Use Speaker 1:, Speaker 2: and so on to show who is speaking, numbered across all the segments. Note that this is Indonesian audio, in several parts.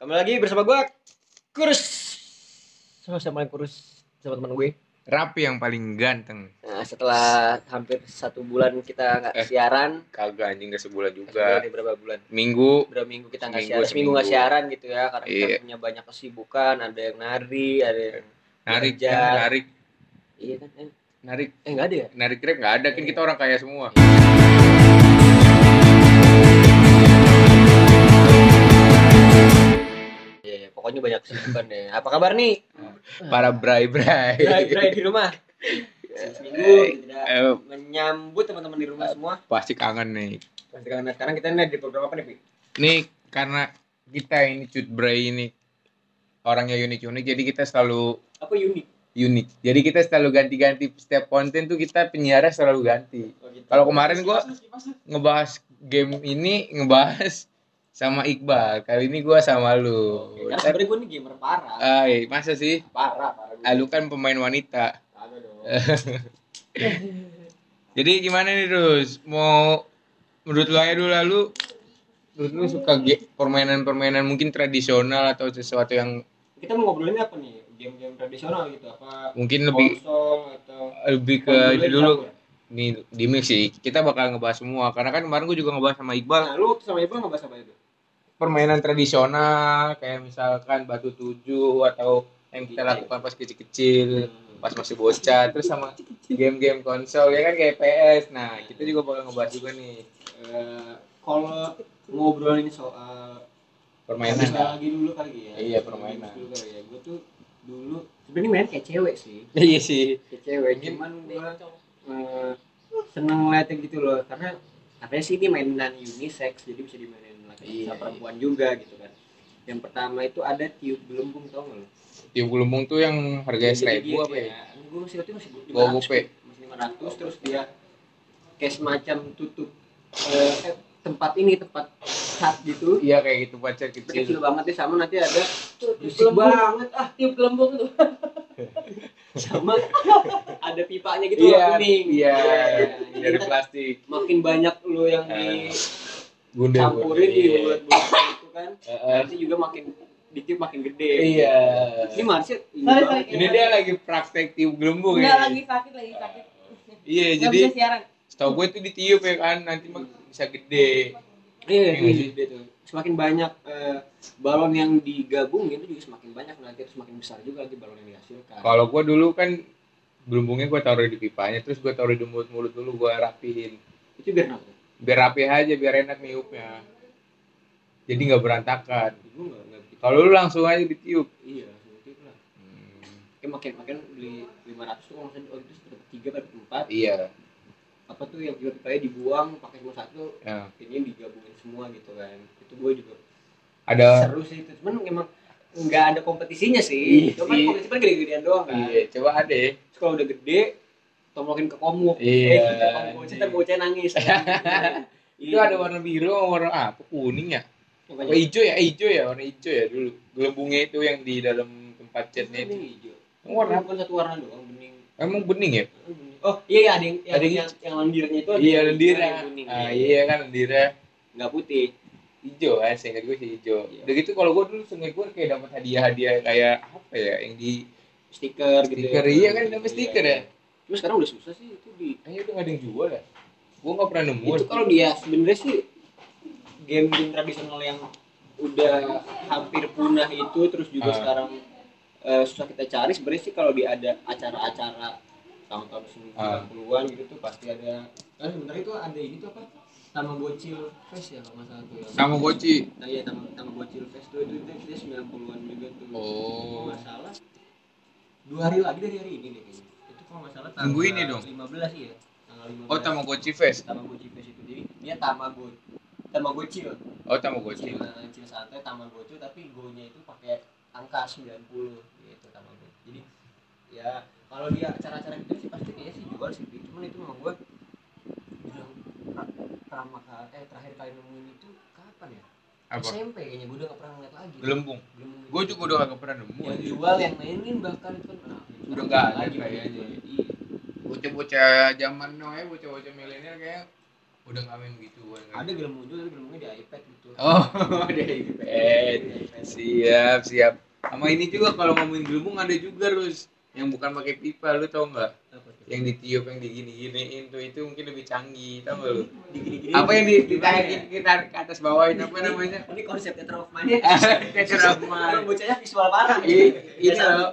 Speaker 1: Kembali lagi bersama gue Kurus Sama sama yang kurus Sama teman gue
Speaker 2: Rapi yang paling ganteng.
Speaker 1: nah, Setelah hampir satu bulan kita nggak
Speaker 2: Eh,
Speaker 1: siaran
Speaker 2: Kagak anjing udah sebulan
Speaker 1: Sebulan
Speaker 2: juga.
Speaker 1: nih, Berapa bulan?
Speaker 2: Minggu
Speaker 1: Berapa minggu kita nggak
Speaker 2: Seminggu,
Speaker 1: siaran Seminggu nggak
Speaker 2: seminggu.
Speaker 1: siaran gitu ya Karena
Speaker 2: Iya.
Speaker 1: kita punya banyak kesibukan Ada yang nari Ada yang
Speaker 2: narik
Speaker 1: Kerja.
Speaker 2: ya, narik
Speaker 1: Iya kan eh,
Speaker 2: narik
Speaker 1: Eh nggak ada ya?
Speaker 2: narik grab nggak ada kan
Speaker 1: Iya.
Speaker 2: kita orang kaya semua.
Speaker 1: Iya iya, pokoknya banyak kesibukan deh Apa kabar nih?
Speaker 2: Para bray bray.
Speaker 1: Bray-bray di rumah Seminggu tidak
Speaker 2: Eh,
Speaker 1: menyambut teman-teman di rumah semua
Speaker 2: pasti kangen nih.
Speaker 1: Pasti kangen. Nah, sekarang kita nih di program apa nih Pi?
Speaker 2: Nih karena kita ini cut bray ini orangnya unik unik jadi kita selalu
Speaker 1: Apa unik?
Speaker 2: unik. Jadi kita selalu ganti-ganti setiap konten tuh kita penyiarnya selalu ganti.
Speaker 1: Oh, gitu.
Speaker 2: Kalau kemarin gua-
Speaker 1: Kipas, kipas, kipas.
Speaker 2: Ngebahas game ini ngebahas sama Iqbal. Kali ini gua sama lu.
Speaker 1: Karena sebenernya gue nih gamer parah
Speaker 2: Ay, masa sih?
Speaker 1: parah parah
Speaker 2: Ah, lu kan pemain wanita.
Speaker 1: Kagak dong.
Speaker 2: Eh. Jadi gimana nih terus? Mau menurut lu aja dulu lalu menurut lu suka ge- permainan-permainan mungkin tradisional atau sesuatu yang
Speaker 1: kita mau ngobrolin apa nih game-game tradisional gitu apa
Speaker 2: mungkin lebih
Speaker 1: konsol atau ya.
Speaker 2: lebih ke itu dulu nih di mix sih. Kita bakal ngebahas semua karena kan kemarin gua juga ngebahas sama Iqbal
Speaker 1: nah lu waktu sama ibu nggak bahas apa itu
Speaker 2: permainan tradisional kayak misalkan batu tujuh atau yang kita lakukan pas kecil-kecil pas masih bocah terus sama game-game konsol ya kan kayak PS nah kita juga bakal ngebahas juga nih
Speaker 1: Eh, kalau ngobrolin soal
Speaker 2: permainan
Speaker 1: Bisa lagi dulu kali ya
Speaker 2: Iya, permainan.
Speaker 1: dulu kali ya gue tuh dulu sebenarnya main kayak cewek sih
Speaker 2: iya sih
Speaker 1: kayak cewek
Speaker 2: Mungkin-
Speaker 1: cuman gue seneng ngeliatnya gitu loh karena katanya sih ini mainan unisex jadi bisa dimainin laki-laki
Speaker 2: Iya,
Speaker 1: sama
Speaker 2: iya.
Speaker 1: perempuan juga gitu kan yang pertama itu ada tiup gelembung tau gak lo
Speaker 2: tiup gelembung tuh yang harganya seribu apa ya
Speaker 1: Gue masih waktu itu masih
Speaker 2: Gua gope.
Speaker 1: Masih 500 terus dia kayak semacam tutup eh, eh, tempat ini tempat cat gitu.
Speaker 2: iya kayak gitu pacar
Speaker 1: Tapi Kecil
Speaker 2: kecil
Speaker 1: banget deh sama nanti ada
Speaker 3: Tiup
Speaker 1: musik banget ah
Speaker 3: tiup gelembung tuh
Speaker 1: sama ada pipanya gitu
Speaker 2: Iya,
Speaker 1: warna kuning.
Speaker 2: iya
Speaker 1: Jadi
Speaker 2: dari
Speaker 1: kita-
Speaker 2: plastik
Speaker 1: makin banyak lo yang
Speaker 2: Eh,
Speaker 1: dicampurin di
Speaker 2: Iya.
Speaker 1: bulat-bulat itu kan.
Speaker 2: Heeh.
Speaker 1: Nanti juga makin dikit makin gede.
Speaker 2: Eh, iya
Speaker 1: Ini masih ini
Speaker 3: Sorry,
Speaker 1: banget.
Speaker 3: sorry.
Speaker 2: ini dia lagi praktek tiup gelembung
Speaker 3: nggak
Speaker 2: ya
Speaker 3: lagi sakit lagi sakit
Speaker 2: iya
Speaker 3: nggak
Speaker 2: jadi
Speaker 3: bisa siaran
Speaker 2: setahu gue tuh ditiup ya kan nanti mah bisa gede
Speaker 1: Iya,
Speaker 2: Iya
Speaker 1: iya,
Speaker 2: sih.
Speaker 1: gede tuh. Semakin banyak eh, balon yang digabungin itu juga semakin banyak nanti terus semakin besar juga nanti balon yang dihasilkan.
Speaker 2: kalau gue dulu kan gelembungnya gue taruh di pipanya terus gue taruh di mulut mulut dulu gue rapihin
Speaker 1: Itu biar kenapa?
Speaker 2: biar rapi aja biar enak niupnya jadi nggak berantakan
Speaker 1: Ibu nggak nggak begitu.
Speaker 2: kalau lu langsung aja ditiup Hmm,
Speaker 1: Iya, seperti itu lah. Kayak makin makin beli 500 tuh kalau misalnya waktu itu dapat tiga dapat empat
Speaker 2: iya
Speaker 1: apa tuh yang tiba pipanya dibuang pakai cuma satu
Speaker 2: Nah,
Speaker 1: ini digabungin semua gitu kan itu gue juga
Speaker 2: ada
Speaker 1: seru sih itu cuman emang nggak ada kompetisinya sih
Speaker 2: Iya
Speaker 1: cuman
Speaker 2: sih.
Speaker 1: kompetisi kan gede-gedean doang kan
Speaker 2: iya coba ada ya.
Speaker 1: Terus kalau udah gede tombokin ke komuk
Speaker 2: Iya.
Speaker 1: eh, Iya. kita komuk bocah ntar bocah nangis
Speaker 2: itu ada warna biru sama warna apa kuning ya
Speaker 1: warna
Speaker 2: warna hijau ya hijau ya warna hijau ya dulu gelembungnya itu yang di dalam tempat catnya itu
Speaker 1: hijau warna
Speaker 2: warna
Speaker 1: bukan satu warna doang bening
Speaker 2: emang bening ya
Speaker 1: oh iya iya ada yang yang,
Speaker 2: Ada yang-
Speaker 1: yang, yang lendirnya itu ada
Speaker 2: iya
Speaker 1: yang-
Speaker 2: lendira
Speaker 1: yang kuning
Speaker 2: ah, iya kan lendira
Speaker 1: nggak putih
Speaker 2: hijau ya seingat gue sih hijau
Speaker 1: Iya.
Speaker 2: udah gitu kalau gue dulu seingat gue kayak dapat hadiah hadiah kayak apa ya yang di
Speaker 1: stiker gitu
Speaker 2: stiker iya kan dapat stiker ya
Speaker 1: cuma sekarang udah susah sih itu di
Speaker 2: kayaknya udah nggak ada yang jual ya gue nggak pernah nemu
Speaker 1: itu kalau dia sebenarnya sih game game tradisional yang udah hampir punah itu terus juga
Speaker 2: Ah.
Speaker 1: sekarang eh, susah kita cari sebenarnya sih kalau di ada acara-acara tahun-tahun 90-an gitu tuh pasti ada kan sebenarnya itu ada ini tuh apa Taman Bocil Fest ya kalau nggak salah tuh ya.
Speaker 2: sama goci
Speaker 1: Nah, iya Taman, Taman Bocil Fest tuh itu itu dia 90-an juga tuh.
Speaker 2: Oh.
Speaker 1: Kalau nggak salah dua hari lagi dari hari ini deh kayaknya. Itu kalau nggak salah tanggal
Speaker 2: Minggu ini dong?
Speaker 1: 15 iya. Tanggal 15.
Speaker 2: oh sama goci fest
Speaker 1: Tamagotchi Fest itu jadi dia Tamago Tamagotchi loh.
Speaker 2: oh sama goci
Speaker 1: Cuma kecil santai Tamagotchi tapi go-nya itu pakai angka 90 gitu Tamagotchi. Jadi ya kalau dia acara-acara gitu sih pasti kayaknya sih jual sih. Cuman itu memang gua bilang pertama kali eh terakhir kali nemuin itu kapan ya?
Speaker 2: apa
Speaker 1: SMP kayaknya gua udah gak pernah ngeliat lagi.
Speaker 2: gelembung
Speaker 1: Belum nemuin.
Speaker 2: gue juga udah nggak pernah nemu
Speaker 1: yang jual yang mainin bahkan itu kan nah,
Speaker 2: Udah nggak ada
Speaker 1: lagi
Speaker 2: kayaknya.
Speaker 1: Iya.
Speaker 2: bocah-bocah zaman now ya bocah-bocah milenial kayak udah nggak main begituan
Speaker 4: ada film muncul tapi filmnya di iPad gitu
Speaker 2: oh ada
Speaker 1: Iya,
Speaker 2: iPad siap siap sama ini juga kalau ngomongin gelembung ada juga terus yang bukan pakai pipa lu tau nggak yang ditiup yang digini-giniin tuh itu mungkin lebih canggih tau nggak lu apa yang di, ditarikin ditarik ke atas bawahin apa namanya
Speaker 4: ini konsep Theater of Mind
Speaker 2: Tether of Mind.
Speaker 4: Emang bocahnya visual parah
Speaker 1: Iya,
Speaker 2: I- ini
Speaker 4: Biasa.
Speaker 2: loh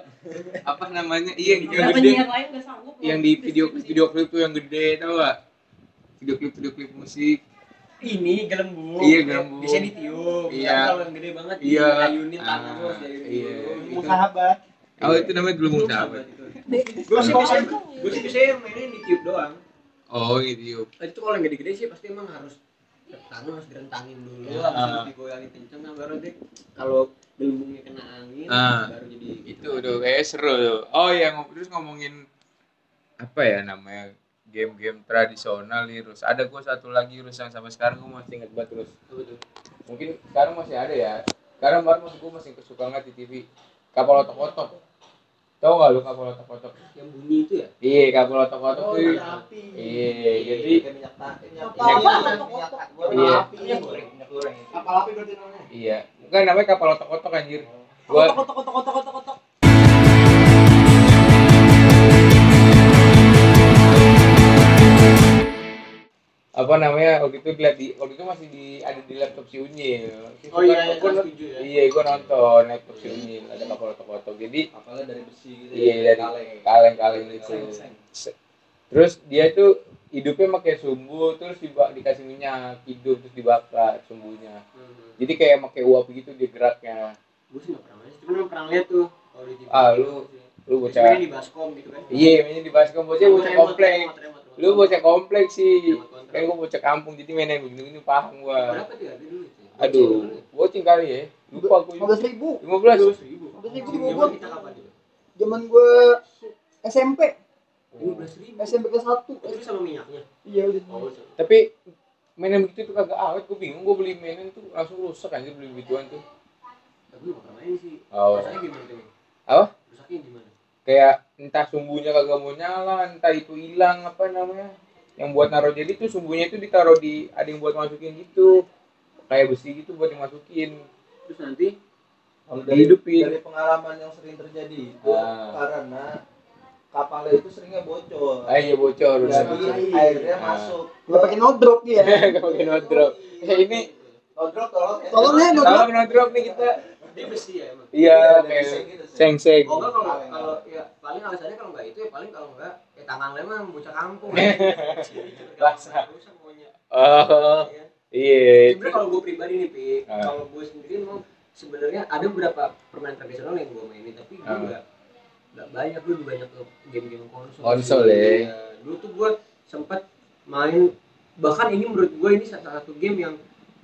Speaker 2: apa namanya iya yang
Speaker 3: Ada
Speaker 2: gede
Speaker 3: penyiar lain nggak sanggup.
Speaker 2: yang di video video klip tuh yang gede tau gak video klip video klip musik
Speaker 4: ini gelembung
Speaker 2: Iya, gelembung.
Speaker 4: biasanya ditiup
Speaker 2: Iya.
Speaker 4: Tapi kalau yang gede banget
Speaker 2: Iya.
Speaker 4: diayunin tangan
Speaker 2: Ah,
Speaker 4: terus jadi
Speaker 2: iya.
Speaker 4: Mau sahabat
Speaker 2: oh itu namanya gelembung sahabat
Speaker 4: gue sih
Speaker 3: Kalau
Speaker 4: biasanya
Speaker 3: Oh, itu,
Speaker 4: gue sih biasanya mainin ditiup doang
Speaker 2: oh gitu
Speaker 4: itu kalau yang gede-gede sih pasti emang harus tangan harus direntangin dulu
Speaker 2: Ya.
Speaker 4: harus harus digoyangin kenceng nah, baru deh kalau gelembungnya kena angin
Speaker 2: Ah.
Speaker 4: baru jadi
Speaker 2: itu tuh kayak seru tuh oh ya ngom- terus ngomongin apa ya namanya game-game tradisional nih terus ada gue satu lagi terus yang sampai sekarang gue masih inget banget terus
Speaker 4: Betul.
Speaker 2: mungkin sekarang masih ada ya sekarang baru masuk gue masih kesuka banget di TV kapal otok-otok tau gak lu kapal otok-otok
Speaker 4: yang bunyi itu ya
Speaker 2: iya kapal otok-otok
Speaker 4: Oh,
Speaker 2: tuh
Speaker 4: minyak api.
Speaker 2: iya jadi
Speaker 4: Kayak minyak tak minyak
Speaker 3: Kapal apa?
Speaker 4: ini, minyak- minyak tak goreng.
Speaker 2: Iya.
Speaker 4: api minyak goreng minyak goreng
Speaker 1: Kapal api berarti namanya.
Speaker 2: iya bukan namanya kapal otok-otok anjir gua
Speaker 1: Kotok kotok kotok kotok kotok.
Speaker 2: apa namanya waktu itu lihat di waktu itu masih di ada di laptop si Unyil
Speaker 4: oh iya iya,
Speaker 2: Gua-
Speaker 4: iya,
Speaker 2: gua-
Speaker 4: setuju ya
Speaker 2: Iya, gue nonton laptop si Unyil ada kapal otok-otok. Jadi
Speaker 4: apalagi dari besi gitu
Speaker 2: iya
Speaker 4: ya,
Speaker 2: dari
Speaker 4: kaleng.
Speaker 2: kaleng-kaleng itu.
Speaker 4: Kaleng-kaleng.
Speaker 2: Terus dia itu hidupnya pakai sumbu, terus diba- dikasih minyak hidup terus dibakar sumbunya.
Speaker 4: Hmm.
Speaker 2: Jadi kayak pakai uap gitu dia geraknya.
Speaker 4: gue sih nggak pernah main cuma emang pernah lihat tuh kalau di TV
Speaker 2: Ah, lu- Lu
Speaker 4: bocah
Speaker 2: bocah.
Speaker 4: di baskom gitu kan Iya,
Speaker 2: Iya, mainnya di baskom bocah bocah komplek. Lu bocah komplek sih.
Speaker 4: Remote control.
Speaker 2: Kan gue bocah kampung jadi mainan begini-begini paham gua.
Speaker 4: berapa tuh harga dulu sih?
Speaker 2: Aduh, bocing kali ya. Lupa aku.
Speaker 1: 15 ribu.
Speaker 2: 15.
Speaker 4: ribu
Speaker 1: Habis itu
Speaker 4: Zaman
Speaker 1: gua-
Speaker 4: kita kapan itu?
Speaker 1: Zaman gue SMP,
Speaker 4: lima belas ribu
Speaker 1: SMP kelas 1.
Speaker 4: itu sama minyaknya
Speaker 1: Iya udah.
Speaker 4: oh
Speaker 2: Tapi mainan begitu tuh kagak awet, gue bingung gue beli mainan tuh langsung rusak anjir beli begituan tuh.
Speaker 4: tapi gue pernah main sih
Speaker 2: Oh.
Speaker 4: rasanya gimana tuh
Speaker 2: Apa?
Speaker 4: rusaknya gimana
Speaker 2: kayak entah sumbunya kagak mau nyala entah itu hilang apa namanya yang buat naruh jadi tuh sumbunya itu ditaruh di ada yang buat masukin gitu kayak besi gitu buat dimasukin
Speaker 4: terus nanti
Speaker 1: Kalau dari,
Speaker 2: dihidupin
Speaker 1: dari pengalaman yang sering terjadi itu
Speaker 2: Ah.
Speaker 1: karena kapalnya itu seringnya bocor.
Speaker 2: ah iya bocor udah
Speaker 1: Jadi
Speaker 2: bocor
Speaker 1: airnya
Speaker 2: Ah.
Speaker 1: masuk. Gak pakai no drop dia.
Speaker 5: Iya.
Speaker 2: Nggak pakai no drop. Eh, ini
Speaker 1: No drop tolong. ya. Tolong ya no drop.
Speaker 2: tolong no drop nih kita
Speaker 4: dia besi ya emang
Speaker 2: iya
Speaker 1: Ada
Speaker 2: kayak
Speaker 1: gitu sih.
Speaker 2: seng seng
Speaker 4: Oh enggak kalau
Speaker 1: Kaleng.
Speaker 4: kalau ya paling alasannya kalau enggak itu ya paling kalau enggak ya tangan lo emang bocah kampung.
Speaker 2: Laksa.
Speaker 4: Rusak maunya.
Speaker 2: oh
Speaker 4: Iya.
Speaker 2: iya
Speaker 4: Sebenarnya kalau gue pribadi nih, Pi,
Speaker 2: Ah.
Speaker 4: kalau gue sendiri mau sebenarnya ada beberapa permainan tradisional yang gue mainin, tapi gue
Speaker 2: Ah.
Speaker 4: nggak nggak banyak gue lebih banyak ke game-game konsol.
Speaker 2: Konsol,
Speaker 4: sih.
Speaker 2: ya.
Speaker 4: Iya. Dulu tuh gue sempat main bahkan ini menurut gue ini salah satu game yang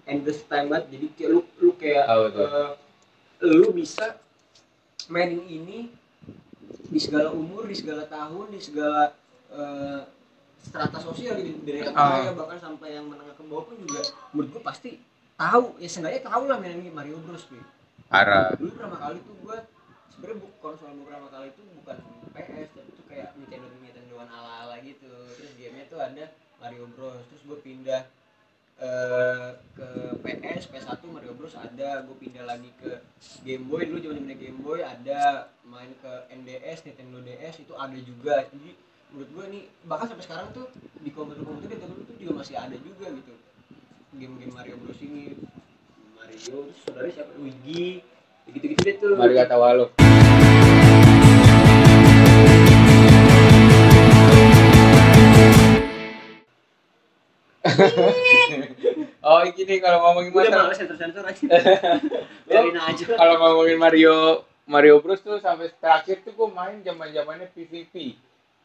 Speaker 4: endless time banget. Jadi kayak lu lu kayak
Speaker 2: Apa tuh?
Speaker 4: eh, lu bisa mainin ini di segala umur, di segala tahun, di segala eh, strata sosial gitu dari yang
Speaker 2: Ah.
Speaker 4: kaya bahkan sampai yang menengah ke bawah pun juga menurut gue pasti tahu ya seenggaknya tahu lah main game Mario Bros nih
Speaker 2: parah
Speaker 4: dulu pertama kali tuh gue sebenarnya bu- konsol gue pertama kali itu bukan PS tapi tuh kayak Nintendo Nintendoan ala ala gitu terus gamenya tuh ada Mario Bros terus gue pindah eh, ke PS PS1 Mario Bros ada gue pindah lagi ke Game Boy dulu zaman zamannya Game Boy ada main ke NDS Nintendo DS itu ada juga jadi menurut gue nih bahkan sampai sekarang tuh di komputer komputer di komputer tuh juga masih ada juga gitu game-game Mario Bros ini Mario terus saudara siapa Luigi gitu-gitu deh tuh
Speaker 2: mari kata walau oh gini kalau ngomongin
Speaker 4: Udah
Speaker 2: mata
Speaker 4: males sensor-sensor aja. Biarin aja.
Speaker 2: kalau ngomongin Mario Mario Bros tuh sampai terakhir tuh gue main zaman zamannya PVP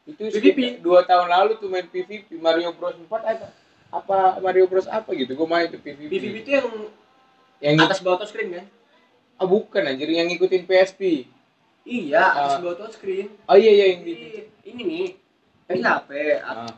Speaker 2: itu
Speaker 4: PVP?
Speaker 2: PVP dua tahun lalu tuh main PVP Mario Bros 4 apa, apa Mario Bros apa gitu gue main tuh PVP,
Speaker 4: PVP itu yang
Speaker 2: yang
Speaker 4: atas bawah touch screen kan?
Speaker 2: ah, bukan anjir yang ngikutin PSP
Speaker 4: Iya, atas
Speaker 2: Ah.
Speaker 4: bawah touch screen.
Speaker 2: oh iya iya yang di
Speaker 4: Jadi, ini nih, ini HP. At-
Speaker 2: ah,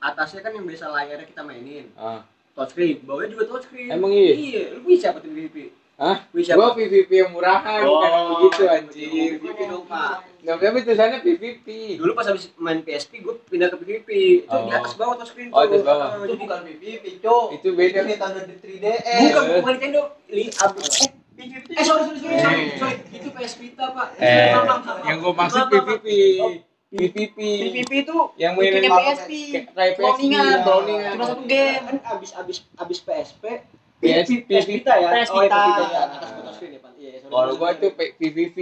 Speaker 4: Atasnya kan yang biasa layarnya kita mainin.
Speaker 2: ah.
Speaker 4: Touch screen, bawahnya juga touch screen.
Speaker 2: Emang iya?
Speaker 4: Iya, lu bisa dapetin PVP.
Speaker 2: Hah?
Speaker 4: Wih, siapa? Oh, iya,
Speaker 2: Gua PVP yang murahan bukan yang begitu anjir.
Speaker 4: PVP dong, Pak.
Speaker 2: Nah, tapi tulisannya PVP.
Speaker 4: Dulu pas habis main PSP gue pindah ke PVP. Itu di
Speaker 2: Oh.
Speaker 4: atas bawah tuh screen
Speaker 2: Oh, atas bawah.
Speaker 4: Ah,
Speaker 1: Itu
Speaker 4: jadi-
Speaker 1: bukan PVP, Cok.
Speaker 2: Itu beda.
Speaker 4: Eh,
Speaker 1: Nintendo 3DS.
Speaker 4: bukan bukan Nintendo. Li ab- eh, PVP. Eh, sorry sorry sorry.
Speaker 2: Eh.
Speaker 4: sorry, sorry. Itu PS Vita, Pak.
Speaker 2: Eh,
Speaker 4: Maaf, maaf, maaf.
Speaker 2: yang gua maksud
Speaker 4: Maaf, maaf, maaf.
Speaker 2: PVP. PVP.
Speaker 4: PVP itu
Speaker 2: Yang mainin
Speaker 4: bikinnya
Speaker 2: apa?
Speaker 4: PSP.
Speaker 2: Kayak kayak
Speaker 4: Cloningan.
Speaker 2: PSP, cloningan.
Speaker 4: Cuma satu game kan abis abis abis PSP.
Speaker 2: PSP.
Speaker 4: PS Vita ya.
Speaker 3: PS
Speaker 4: Oh, iya,
Speaker 3: Vita.
Speaker 4: ya. Atas atas screen ya, Pak. Iya, sorry.
Speaker 2: Kalau gua tuh P- PVP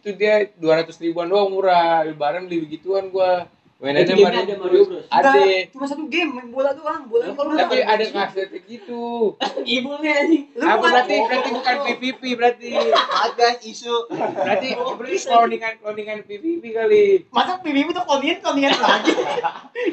Speaker 2: itu dia 200 ribuan doang murah. Lebaran beli begituan gua. Mainannya
Speaker 4: Itu gamenya ada Mario Bros.
Speaker 2: Ada.
Speaker 5: Enggak, cuma satu game, main bola doang, bola doang.
Speaker 2: Tapi ada kasetnya gitu.
Speaker 4: Ibu nih anjing.
Speaker 5: Lu bukan
Speaker 2: Apa Ah, berarti berarti bukan PVP berarti.
Speaker 1: Ada isu.
Speaker 2: Berarti berarti cloningan cloningan PVP kali.
Speaker 5: masa PBB tuh kalian kalian lagi.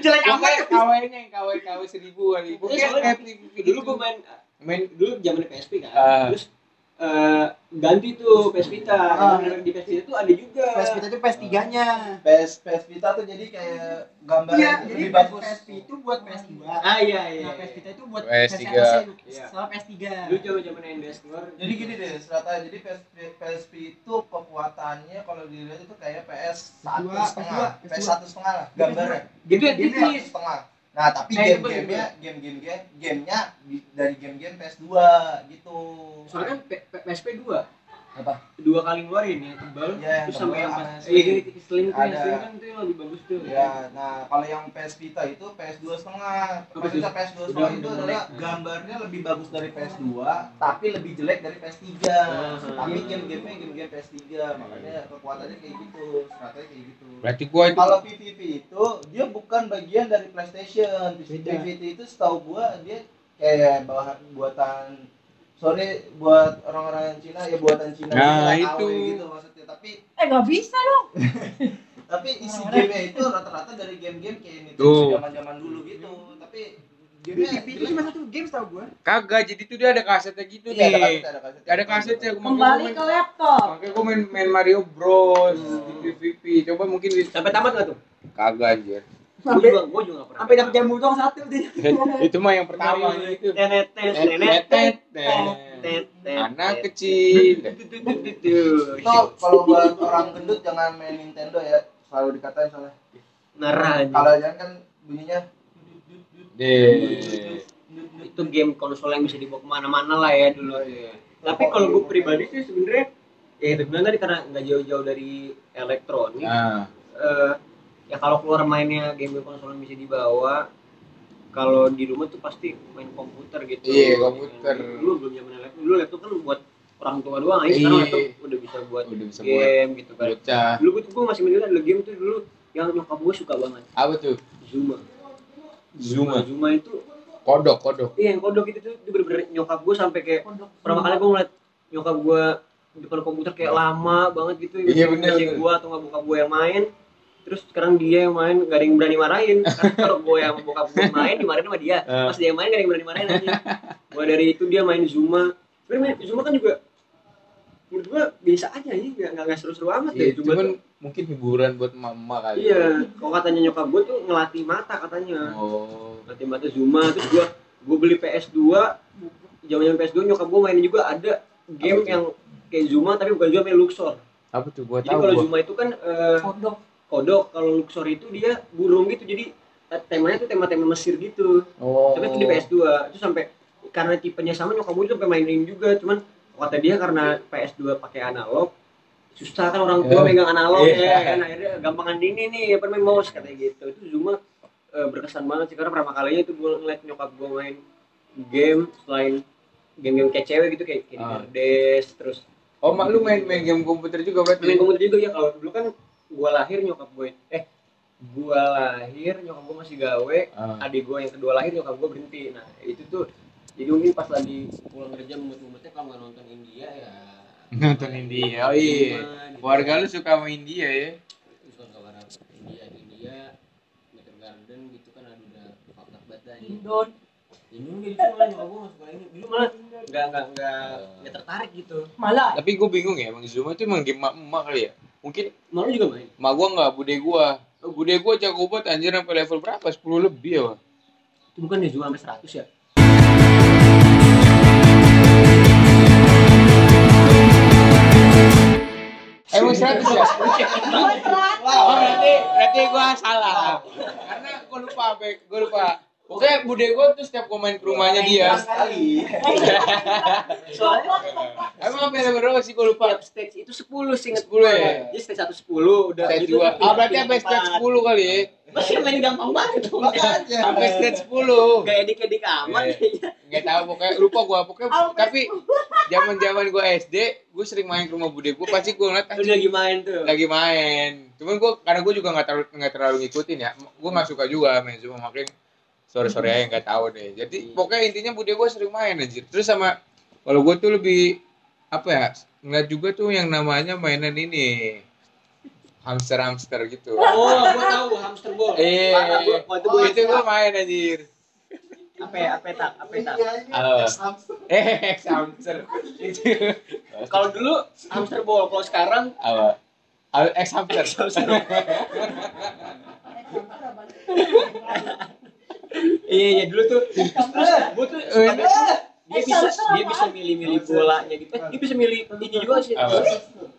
Speaker 5: Jelek amat.
Speaker 2: Pokoknya KW-nya yang KW-KW seribu kali. Pokoknya
Speaker 4: soalnya
Speaker 2: kayak PVP
Speaker 4: Dulu
Speaker 2: gitu.
Speaker 4: gua main
Speaker 2: main
Speaker 4: dulu zaman PSP kan.
Speaker 2: Ah.
Speaker 4: Terus eh, ganti tuh PS Vita.
Speaker 5: Ah.
Speaker 4: Nah, di PS Vita tuh ada juga.
Speaker 5: PS Vita tuh PS 3-nya.
Speaker 1: PS PS Vita tuh jadi kayak gambar
Speaker 6: Iya,
Speaker 1: yang
Speaker 6: jadi
Speaker 1: lebih
Speaker 6: PS
Speaker 1: bagus.
Speaker 6: PSP itu buat PS2. Nah,
Speaker 4: Ah iya iya.
Speaker 6: PS Vita itu buat
Speaker 2: PS3.
Speaker 6: versi atasnya,
Speaker 4: Iya.
Speaker 6: Sama PS3.
Speaker 4: Dulu zaman zaman NDS keluar.
Speaker 1: Jadi gini deh, serata jadi PSP, PSP itu kekuatannya kalau dilihat itu kayak PS satu
Speaker 6: Dua,
Speaker 1: setengah,
Speaker 6: PS dua,
Speaker 1: PS
Speaker 6: PS
Speaker 1: satu setengah lah gambarnya,
Speaker 4: Gitu ya
Speaker 1: PS satu
Speaker 4: tipis.
Speaker 1: setengah. Nah tapi
Speaker 4: Nah, itu
Speaker 1: game-gamenya, game-game game, gamenya di- dari game-game PS 2 gitu.
Speaker 4: Soalnya kan P- P- PSP dua.
Speaker 1: Apa?
Speaker 4: Dua kali ngeluarin yang tebal.
Speaker 1: Ya, yang
Speaker 4: terus
Speaker 1: tebal
Speaker 4: sampai yang
Speaker 1: sama
Speaker 4: pas.
Speaker 1: sling.
Speaker 4: Iya, sling tuh yang
Speaker 1: Ada.
Speaker 4: sling kan tuh yang lebih bagus tuh.
Speaker 1: Ya, nah kalau yang PS Vita itu PS 2 setengah. Maksudnya PS 2 setengah
Speaker 4: Udah, Oh.
Speaker 1: itu
Speaker 4: udah
Speaker 1: adalah
Speaker 4: melek.
Speaker 1: gambarnya lebih bagus dari PS 2 tapi lebih jelek dari PS 3 Tapi game-gamenya game-game PS 3 makanya kekuatannya kayak gitu, strategi kayak gitu.
Speaker 2: berarti gua itu
Speaker 1: Kalau PvP itu dia bukan bagian dari PlayStation. PvP itu setahu gua dia kayak bahan buatan sorry buat orang-orang Cina ya buatan Cina
Speaker 2: Nah,
Speaker 1: gitu,
Speaker 2: itu.
Speaker 1: AW gitu maksudnya tapi
Speaker 5: Eh enggak bisa dong.
Speaker 1: tapi isi
Speaker 6: Orang-orang.
Speaker 1: game itu rata-rata dari game-game kayak ini
Speaker 2: Tuh.
Speaker 1: zaman-zaman dulu gitu tapi
Speaker 6: Jadi
Speaker 1: gamenya
Speaker 6: TV itu cuma satu game tau gue.
Speaker 2: kagak jadi tuh dia ada kasetnya gitu
Speaker 1: Iya, ada
Speaker 2: nih.
Speaker 1: kasetnya, ada kasetnya.
Speaker 2: Ada kasetnya gua makanya
Speaker 3: Kembali
Speaker 2: gua
Speaker 3: ke
Speaker 2: main-
Speaker 3: laptop.
Speaker 2: Makanya gua main main Mario Bros di
Speaker 1: Hmm.
Speaker 2: PVP. Coba mungkin di-
Speaker 4: Sampai tamat nggak tuh?
Speaker 2: kagak anjir.
Speaker 4: Gue
Speaker 6: Sampai
Speaker 4: juga gue juga nggak pernah.
Speaker 6: sampai dapat jamu doang satu dia.
Speaker 2: itu mah yang pertama
Speaker 4: Mario
Speaker 2: itu.
Speaker 4: Tenet tenet tenet tenet tenet tenet.
Speaker 2: Anak kecil.
Speaker 1: Tuh, kalau buat orang gendut jangan main Nintendo ya selalu dikatain soalnya
Speaker 4: Nerah anjing.
Speaker 1: kalau jangan kan bunyinya
Speaker 2: Deh.
Speaker 4: itu game konsol yang bisa dibawa kemana-mana lah ya dulu
Speaker 2: Oh, iya.
Speaker 4: tapi kalau gue pribadi sih sebenarnya ya itu bilang tadi karena nggak jauh-jauh dari elektronik
Speaker 2: Nah,
Speaker 4: eh, ya kalau keluar mainnya game konsol yang bisa dibawa kalau di rumah tuh pasti main komputer gitu
Speaker 2: Iya, komputer.
Speaker 4: dulu belum zaman laptop dulu laptop kan buat orang tua doang aja sekarang
Speaker 2: Iya.
Speaker 4: laptop udah bisa buat
Speaker 2: udah
Speaker 1: Iya.
Speaker 2: bisa buat
Speaker 4: game gitu kan
Speaker 2: bocah.
Speaker 4: dulu gue masih mendengar ada game tuh dulu yang nyokap gue suka banget
Speaker 2: Apa tuh?
Speaker 4: Zuma
Speaker 2: Zuma.
Speaker 4: Zuma itu
Speaker 2: Kodok, kodok.
Speaker 4: Iya yang kodok itu tuh itu bener-bener nyokap gue sampai kayak pertama kali gue ngeliat nyokap gue di depan komputer kayak lama banget gitu
Speaker 2: Iya, bener, bener.
Speaker 4: gue atau nggak buka gue yang main terus sekarang dia yang main gak ada yang berani marahin Karena kalau gue yang buka gue main dimarahin sama dia
Speaker 2: Eh.
Speaker 4: pas dia main gak ada yang berani marahin gue dari itu dia main Zuma sebenernya main Zuma kan juga menurut gue biasa aja ya nggak nggak- nggak seru-seru amat
Speaker 2: Iya,
Speaker 4: deh Zuma tuh.
Speaker 2: cuman mungkin hiburan buat mama kali.
Speaker 4: iya kalau katanya nyokap gue tuh ngelatih mata katanya
Speaker 2: Oh.
Speaker 4: Berarti mata Zuma terus gua gua beli PS2 zaman-zaman PS2 nyokap gua main juga ada game
Speaker 2: Apa tuh?
Speaker 4: yang kayak Zuma tapi bukan Zuma tapi Luxor.
Speaker 2: Apa tuh gua
Speaker 4: Jadi
Speaker 2: tahu
Speaker 4: kalau
Speaker 2: gua.
Speaker 4: Zuma itu kan eh,
Speaker 6: Kodok.
Speaker 4: kodok, kalau Luxor itu dia burung gitu. Jadi eh, temanya tuh tema-tema Mesir gitu.
Speaker 2: Oh.
Speaker 4: Tapi itu di PS2. Itu sampai karena tipenya sama nyokap gua tuh sampai mainin juga. Cuman kata dia karena PS2 pakai analog susah kan orang tua
Speaker 2: Eh.
Speaker 4: megang analog
Speaker 2: Iya.
Speaker 4: ya kan akhirnya gampangan ini nih apa namanya mouse katanya gitu itu Zuma eh, berkesan banget sih karena pertama kalinya itu gue ngeliat nyokap gue main game selain game-game kayak cewek gitu kayak Candy
Speaker 2: Ah.
Speaker 4: Crush, terus
Speaker 2: Oh, mak lu main main game komputer juga
Speaker 4: main
Speaker 2: berarti.
Speaker 4: komputer juga ya kalau dulu kan gue lahir nyokap gue eh gue lahir nyokap gue masih gawe
Speaker 2: Ah.
Speaker 4: adik gue yang kedua lahir nyokap gue berhenti nah itu tuh jadi mungkin pas lagi pulang kerja mumet-mumetnya kalau nggak nonton India ya
Speaker 2: Nonton India, oh iya.
Speaker 4: Cuman, gitu.
Speaker 2: Keluarga lu suka sama India ya?
Speaker 4: Terus kalau kabar apa India di India Meteor Garden gitu kan aduh udah fakta banget dah ini
Speaker 3: Indon.
Speaker 4: ini udah itu malah nyokap gue nggak suka ini dulu malah nggak nggak nggak nggak tertarik gitu
Speaker 3: Malah.
Speaker 2: Tapi gue bingung ya, emang Zuma tuh emang game emak kali ya? Mungkin
Speaker 4: malu juga main
Speaker 2: emak gua nggak, bude gua.
Speaker 4: Oh.
Speaker 2: Bude gua jago banget anjir sampai level berapa? 10 lebih ya, Bang.
Speaker 4: itu bukan ya juga sampai 100 ya
Speaker 2: seratus ya?
Speaker 3: Gua telat.
Speaker 2: Oh, berarti berarti gua salah. Karena gua lupa, Bek. gua lupa. Pokoknya bude gua tuh setiap gua main ke rumahnya Iya, dia.
Speaker 1: sekali.
Speaker 5: Soalnya
Speaker 2: Emang apa yang berapa sih gua lupa?
Speaker 4: Tiap stage itu 10 sih inget
Speaker 2: 10
Speaker 4: gua.
Speaker 2: ya?
Speaker 4: Jadi stage 1 10 udah
Speaker 2: Stage
Speaker 4: gitu.
Speaker 2: 2. Ah, berarti sampai stage 10 kali ya.
Speaker 4: Masih main gampang banget dong.
Speaker 1: Makanya.
Speaker 2: Sampai stage 10.
Speaker 4: Gak edik-edik
Speaker 2: Iya.
Speaker 4: amat.
Speaker 2: Nggak tahu pokoknya lupa gua pokoknya
Speaker 3: Alfred.
Speaker 2: tapi zaman-zaman gua SD, gua sering main ke rumah bude gua pasti gua ngeliat
Speaker 4: Udah
Speaker 2: anjing
Speaker 4: gimana tuh?
Speaker 2: lagi main. Cuman gua karena gua juga nggak terlalu nggak terlalu ngikutin ya. Gua nggak suka juga main cuma makin sore-sore aja nggak tahu deh. Jadi pokoknya intinya bude gua sering main anjir. Terus sama kalau gua tuh lebih apa ya ngeliat juga tuh yang namanya mainan ini hamster hamster gitu.
Speaker 4: Oh, gua tahu hamster ball.
Speaker 2: Eh,
Speaker 4: Parah, gua- waktu gua
Speaker 2: itu gua main anjir.
Speaker 4: apa ya, apa ya, tak, apa ya, tak.
Speaker 2: Halo. Eh, hamster. Itu.
Speaker 4: Kalau dulu hamster ball, kalau sekarang
Speaker 2: apa? Hal ex hamster.
Speaker 4: hamster
Speaker 3: Eh,
Speaker 4: Iya, iya dulu tuh. Terus gua tuh suka
Speaker 2: Eh.
Speaker 4: banget.
Speaker 3: Eh,
Speaker 4: dia bisa
Speaker 3: hamster apaan?
Speaker 4: dia bisa milih-milih bolanya gitu. Eh, Dia bisa milih ini juga sih.
Speaker 2: Apa?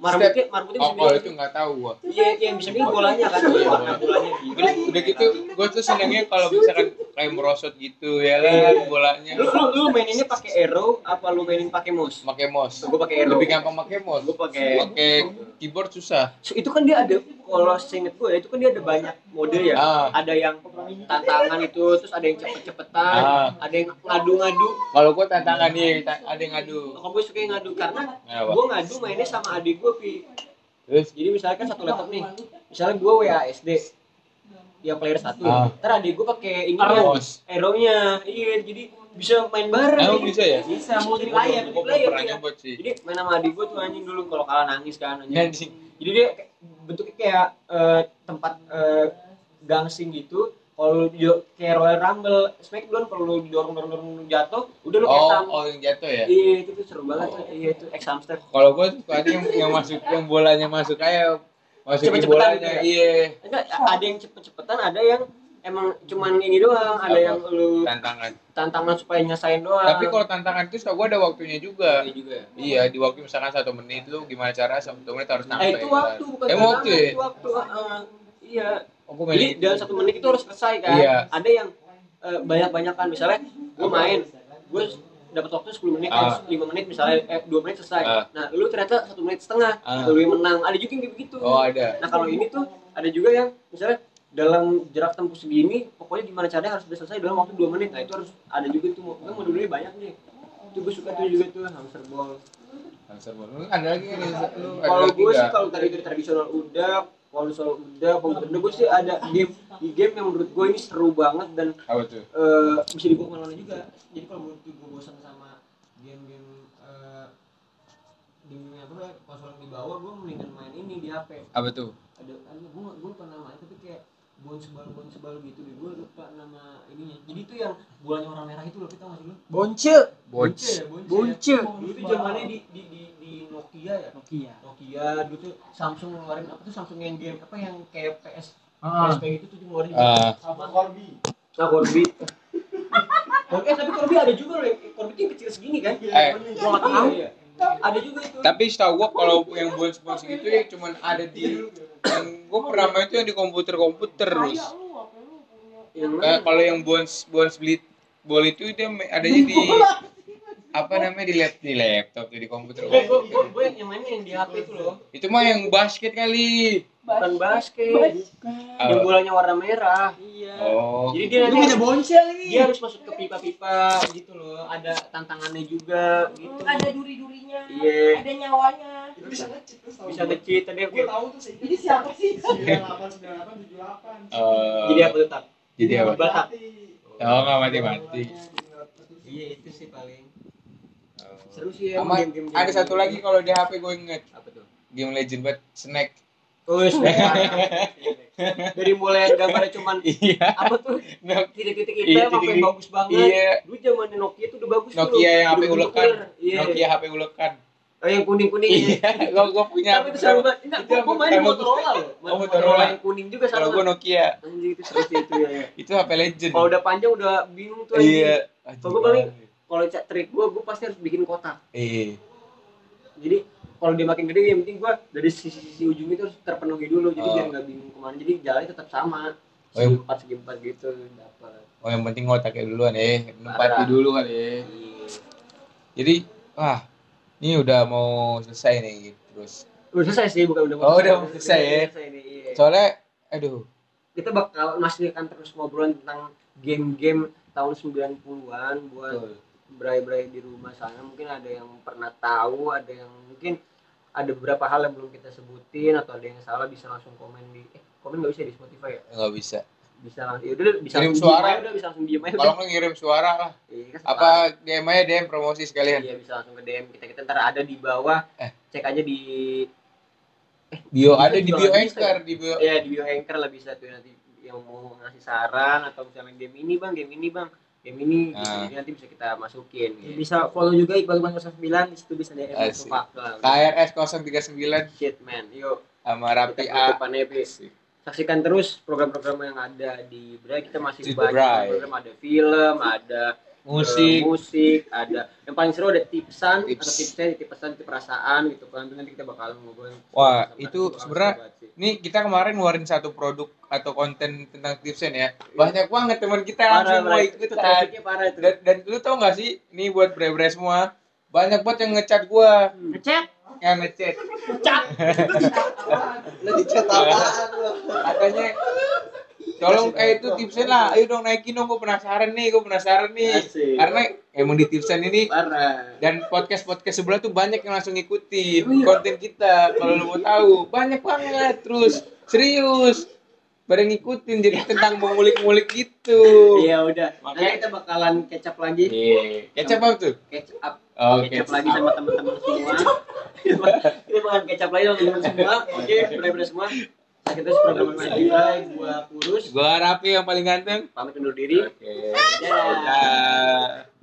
Speaker 4: Marmutnya, marmutnya
Speaker 2: Oh,
Speaker 4: bisa
Speaker 2: kalau
Speaker 4: milih.
Speaker 2: itu nggak tahu gua.
Speaker 4: Iya, iya bisa milih bolanya kan.
Speaker 2: Iya.
Speaker 4: Warna bolanya.
Speaker 2: Udah, udah gitu, gue tuh senengnya kalau misalkan kayak merosot gitu ya kan bolanya.
Speaker 4: Lu lu, lu maininnya pakai arrow apa lu mainin pakai mouse?
Speaker 2: Pakai mouse.
Speaker 4: Gua pakai arrow.
Speaker 2: Lebih gampang pakai mouse.
Speaker 4: Gua pakai
Speaker 2: Pakai keyboard susah.
Speaker 4: So, itu kan dia ada kalau seinget gue ya, itu kan dia ada banyak mode ya
Speaker 2: Ah.
Speaker 4: ada yang tantangan itu terus ada yang cepet-cepetan
Speaker 2: Ah.
Speaker 4: ada yang ngadu-ngadu
Speaker 2: Kalau gua tantangan nih, ta- ada yang ngadu.
Speaker 4: kalau gue suka yang ngadu karena
Speaker 2: Kenapa?
Speaker 4: gue ngadu mainnya sama adik gue pi
Speaker 2: Terus
Speaker 4: jadi misalnya kan satu laptop nih misalnya gue WASD yang player satu
Speaker 2: Ah.
Speaker 4: ntar adik gue pakai ini
Speaker 2: mouse.
Speaker 4: arrownya iya jadi bisa main bareng
Speaker 2: Emang bisa ya?
Speaker 4: bisa multiplayer
Speaker 2: Gua belum
Speaker 4: multiplayer
Speaker 2: pernah
Speaker 4: ya.
Speaker 2: nyebut sih.
Speaker 4: jadi main sama adik gue tuh anjing dulu kalau kalah nangis kan anjing
Speaker 2: Anjing.
Speaker 4: jadi dia kayak- bentuknya kayak eh, tempat eh, gangsing gitu kalau lu di- kayak Royal Rumble Smackdown kalau lu didorong dorong dorong jatuh udah lu kayak
Speaker 2: Oh,
Speaker 4: sam-
Speaker 2: oh yang jatuh ya.
Speaker 4: iya itu tuh seru banget tuh
Speaker 2: Oh.
Speaker 4: iya itu ex hamster
Speaker 2: Kalau gua suka yang yang masuk yang bolanya masuk kayak masukin
Speaker 4: Cepet-cepetan gitu
Speaker 2: bolanya.
Speaker 4: ya?
Speaker 2: Iya,
Speaker 4: ada ada yang cepet cepetan ada yang emang cuman ini doang ada
Speaker 2: Apa?
Speaker 4: yang lu
Speaker 2: tantangan.
Speaker 4: tantangan supaya nyesain doang
Speaker 2: Tapi kalau tantangan itu suka gua ada waktunya juga.
Speaker 4: Iya juga ya.
Speaker 2: Iya, di waktu misalkan satu menit lu gimana cara satu menit harus
Speaker 4: eh
Speaker 2: sampai.
Speaker 4: itu waktu bukan
Speaker 2: Emang waktu
Speaker 4: tantangan,
Speaker 2: ya?
Speaker 4: itu waktu eh, iya
Speaker 2: Oh, gua main
Speaker 4: jadi
Speaker 2: gitu.
Speaker 4: dalam satu menit itu harus selesai kan
Speaker 2: Iya.
Speaker 4: ada yang banyak banyakan misalnya gue main gue dapat waktu 10 menit
Speaker 2: Ah.
Speaker 4: eh, 5 menit misalnya eh 2 menit selesai
Speaker 2: Ah.
Speaker 4: nah lu ternyata satu menit setengah
Speaker 2: Ah.
Speaker 4: lu yang menang ada juga yang kayak begitu
Speaker 2: Oh, ada.
Speaker 4: nah kalau ini tuh ada juga yang misalnya dalam jarak tempuh segini pokoknya gimana caranya harus udah selesai dalam waktu 2 menit nah itu harus ada juga tuh gue mau dulu banyak nih itu gue suka tuh juga tuh hamster ball
Speaker 2: Hamster ball. Lu Ada lagi yang lu ada
Speaker 4: kalau
Speaker 2: lagi
Speaker 4: gue sih
Speaker 2: nggak?
Speaker 4: kalau tadi itu tradisional udah konsol udah komputer udah gue sih ada game di game yang menurut gue ini seru banget dan
Speaker 2: apa tuh?
Speaker 4: eh, bisa dibawa kemana-mana juga jadi kalau menurut gue bosan sama game-game eh, game apa ya konsol yang dibawa gue mendingan main ini di HP
Speaker 2: Apa tuh?
Speaker 4: ada gue gue lupa namanya tapi kayak bon sebal bon sebal gitu deh gue lupa nama ininya jadi itu yang bolanya warna merah itu loh kita nggak sih lu
Speaker 6: Bonce.
Speaker 2: Bots.
Speaker 4: bonce,
Speaker 6: Bonce.
Speaker 4: ya. dulu
Speaker 3: Iya.
Speaker 4: tuh zamannya di di di, di Nokia ya
Speaker 6: Nokia.
Speaker 4: Nokia dulu tuh Samsung ngeluarin apa tuh Samsung yang game apa yang kayak PS
Speaker 6: Ah.
Speaker 4: PSP gitu tuh ngeluarin
Speaker 2: Ah.
Speaker 4: sama
Speaker 1: Corby.
Speaker 4: Nah, Corby. Corby, eh tapi Corby ada juga loh, yang Corby tuh yang kecil segini kan?
Speaker 2: Eh.
Speaker 4: Gua
Speaker 1: iya,
Speaker 4: nggak tahu. Iya, Ada juga itu.
Speaker 2: Tapi setahu gua kalau yang bonus bonus itu ya cuman ada di yang gua pernah main itu yang di komputer komputer terus.
Speaker 4: Yang
Speaker 2: Kayak
Speaker 4: mana?
Speaker 2: kalau yang bonus bonus blit bol itu dia ma- adanya di apa namanya di lap di laptop tuh di komputer.
Speaker 4: Gue gue gue gue yang yang mainnya yang di HP itu loh.
Speaker 2: Itu mah yang basket kali.
Speaker 4: Bukan basket.
Speaker 2: Apa?
Speaker 4: Yang bolanya warna merah. Iya.
Speaker 2: Oh.
Speaker 4: Jadi dia
Speaker 6: Lu punya
Speaker 4: nanti
Speaker 6: bonce
Speaker 3: Iya.
Speaker 6: lagi.
Speaker 4: dia harus masuk ke pipa-pipa gitu loh. Ada tantangannya juga gitu.
Speaker 3: Ada duri-durinya,
Speaker 4: Iya.
Speaker 3: ada nyawanya.
Speaker 5: bisa ngecit terus tahu.
Speaker 4: Bisa ngecit tadi
Speaker 5: Gue
Speaker 4: aku.
Speaker 5: tahu tuh sih.
Speaker 3: Ini siapa sih?
Speaker 5: 98 98
Speaker 2: Eh,
Speaker 4: Jadi aku tetap.
Speaker 2: jadi apa?
Speaker 4: Batak.
Speaker 2: Oh, nggak mati-mati.
Speaker 4: Iya itu sih paling
Speaker 2: Oh.
Speaker 4: seru sih ya.
Speaker 2: Sama,
Speaker 4: game-game
Speaker 2: ada
Speaker 4: gitu.
Speaker 2: satu lagi kalau di HP gue inget
Speaker 4: Apa tuh?
Speaker 2: game legend buat snack.
Speaker 4: Oh, dari mulai gambarnya cuman
Speaker 2: Iya.
Speaker 4: apa tuh
Speaker 2: Nokia-
Speaker 4: titik-titik itu
Speaker 2: Iya,
Speaker 4: apa yang
Speaker 2: titik-titik.
Speaker 4: bagus banget
Speaker 2: Iya.
Speaker 4: dulu zaman Nokia itu udah bagus tuh.
Speaker 2: Nokia yang
Speaker 4: Udah
Speaker 2: HP
Speaker 4: bentuk
Speaker 2: ulekan.
Speaker 4: ular. iya
Speaker 2: Nokia HP ulekan.
Speaker 4: oh, yang kuning kuning
Speaker 2: Iya. Gue gue punya.
Speaker 4: tapi itu seru banget enggak
Speaker 2: Itu
Speaker 4: gua
Speaker 2: yang
Speaker 4: gua main
Speaker 2: pertama
Speaker 4: Motorola loh
Speaker 2: Oh, Motorola.
Speaker 4: yang kuning juga sama
Speaker 2: Kalau gue Nokia
Speaker 4: anjing itu seru sih itu ya, ya.
Speaker 2: itu HP legend.
Speaker 4: kalau udah panjang udah bingung tuh anjing.
Speaker 2: Iya.
Speaker 4: Kalau gua paling- kalau cek trik gua gua pasti harus bikin kotak
Speaker 2: Iya.
Speaker 4: jadi kalau dia makin gede yang penting gua dari sisi-sisi ujung itu harus terpenuhi dulu jadi
Speaker 2: Oh.
Speaker 4: biar nggak bingung kemana jadi jalannya tetap sama
Speaker 2: Oh, iya.
Speaker 4: segi empat segi empat gitu dapat
Speaker 2: Oh yang penting otaknya duluan ya,
Speaker 4: Parah.
Speaker 2: nempati dulu kali ya.
Speaker 4: Iya.
Speaker 2: Jadi wah ini udah mau selesai nih gitu. terus.
Speaker 4: udah selesai sih bukan udah
Speaker 2: Oh, udah mau selesai ya.
Speaker 4: nih, iya.
Speaker 2: Soalnya aduh
Speaker 4: kita bakal masih akan terus ngobrol tentang game-game tahun 90-an buat
Speaker 2: betul.
Speaker 4: berai-berai di rumah sana mungkin ada yang pernah tahu ada yang mungkin ada beberapa hal yang belum kita sebutin atau ada yang salah bisa langsung komen di eh komen nggak bisa di Spotify ya
Speaker 2: nggak bisa.
Speaker 4: bisa langsung yaudah udah, bisa
Speaker 2: Kirim
Speaker 4: langsung
Speaker 2: suara.
Speaker 4: diem aja, udah bisa langsung diem aja
Speaker 2: Kalau nggak ngirim suara lah,
Speaker 4: Iya, kan separah.
Speaker 2: apa DM aja DM promosi sekalian.
Speaker 4: iya bisa langsung ke DM kita kita ntar ada di bawah
Speaker 2: Eh.
Speaker 4: cek aja di
Speaker 2: Bio
Speaker 4: Bisa
Speaker 2: ada di
Speaker 4: juga
Speaker 2: bio
Speaker 4: Iya, bisa.
Speaker 2: anchor di bio.
Speaker 4: ya di bio anchor lah bisa tuh nanti yang mau ngasih saran atau misalnya game ini bang game ini bang game ini gitu.
Speaker 2: Nah.
Speaker 4: Jadi nanti bisa kita masukin gitu.
Speaker 6: Bisa follow juga Iqbal 09 di situ bisa DM
Speaker 2: Asik.
Speaker 4: Pak,
Speaker 6: Nah,
Speaker 4: lah, udah.
Speaker 2: KRS 039
Speaker 4: gitu. shit man yuk
Speaker 2: sama
Speaker 4: kita
Speaker 2: Rapi A.
Speaker 4: penutupan episode saksikan terus program-program yang ada di Bray kita
Speaker 2: Di
Speaker 4: masih
Speaker 2: Bray.
Speaker 4: banyak program ada film ada eh,
Speaker 2: Musik.
Speaker 4: musik ada yang paling seru ada tipsan
Speaker 2: Tips.
Speaker 4: atau tipsnya tip pesan tip perasaan gitu kan nanti kita bakal ngobrol
Speaker 2: Wah,
Speaker 4: sama-
Speaker 2: itu
Speaker 4: bakal
Speaker 2: sebenarnya-
Speaker 4: hebat sih.
Speaker 2: Ini kita kemarin ngeluarin satu produk atau konten tentang tipsen ya. Banyak banget teman kita yang
Speaker 4: Iya. parah
Speaker 2: langsung mau
Speaker 4: Bray. itu
Speaker 2: ikutan.
Speaker 4: trafficnya parah itu
Speaker 2: dan, dan lu tau gak sih ini buat bre-bre semua banyak banget yang ngechat gua
Speaker 5: Ngechat.
Speaker 2: yang ngechat
Speaker 1: Lu dicat apaan lu?
Speaker 2: katanya tolong eh itu tipsen lah ayo dong naikin dong gua penasaran nih gua penasaran nih
Speaker 4: Asik.
Speaker 2: karena emang di tipsen ini
Speaker 4: parah
Speaker 2: dan podcast podcast sebelah tuh banyak yang langsung
Speaker 4: Oh, iya.
Speaker 2: ngikutin konten kita kalau lu mau tahu banyak banget terus serius pada ngikutin jadi tentang mengulik-ngulik gitu
Speaker 4: Iya udah,
Speaker 2: Makanya-
Speaker 4: nanti kita bakalan kecap lagi,
Speaker 2: iya kecap apa tuh
Speaker 4: kecap up,
Speaker 2: oh,
Speaker 4: kecap lagi sama teman-teman semua. kita bakalan kecap lagi sama teman-teman semua. Oke, bener-bener semua. Sakit terus program Majibai, gua kurus.
Speaker 2: gua rapi yang paling ganteng
Speaker 4: pamit undur diri.
Speaker 2: Oke.
Speaker 4: Dadah.
Speaker 2: Dadah.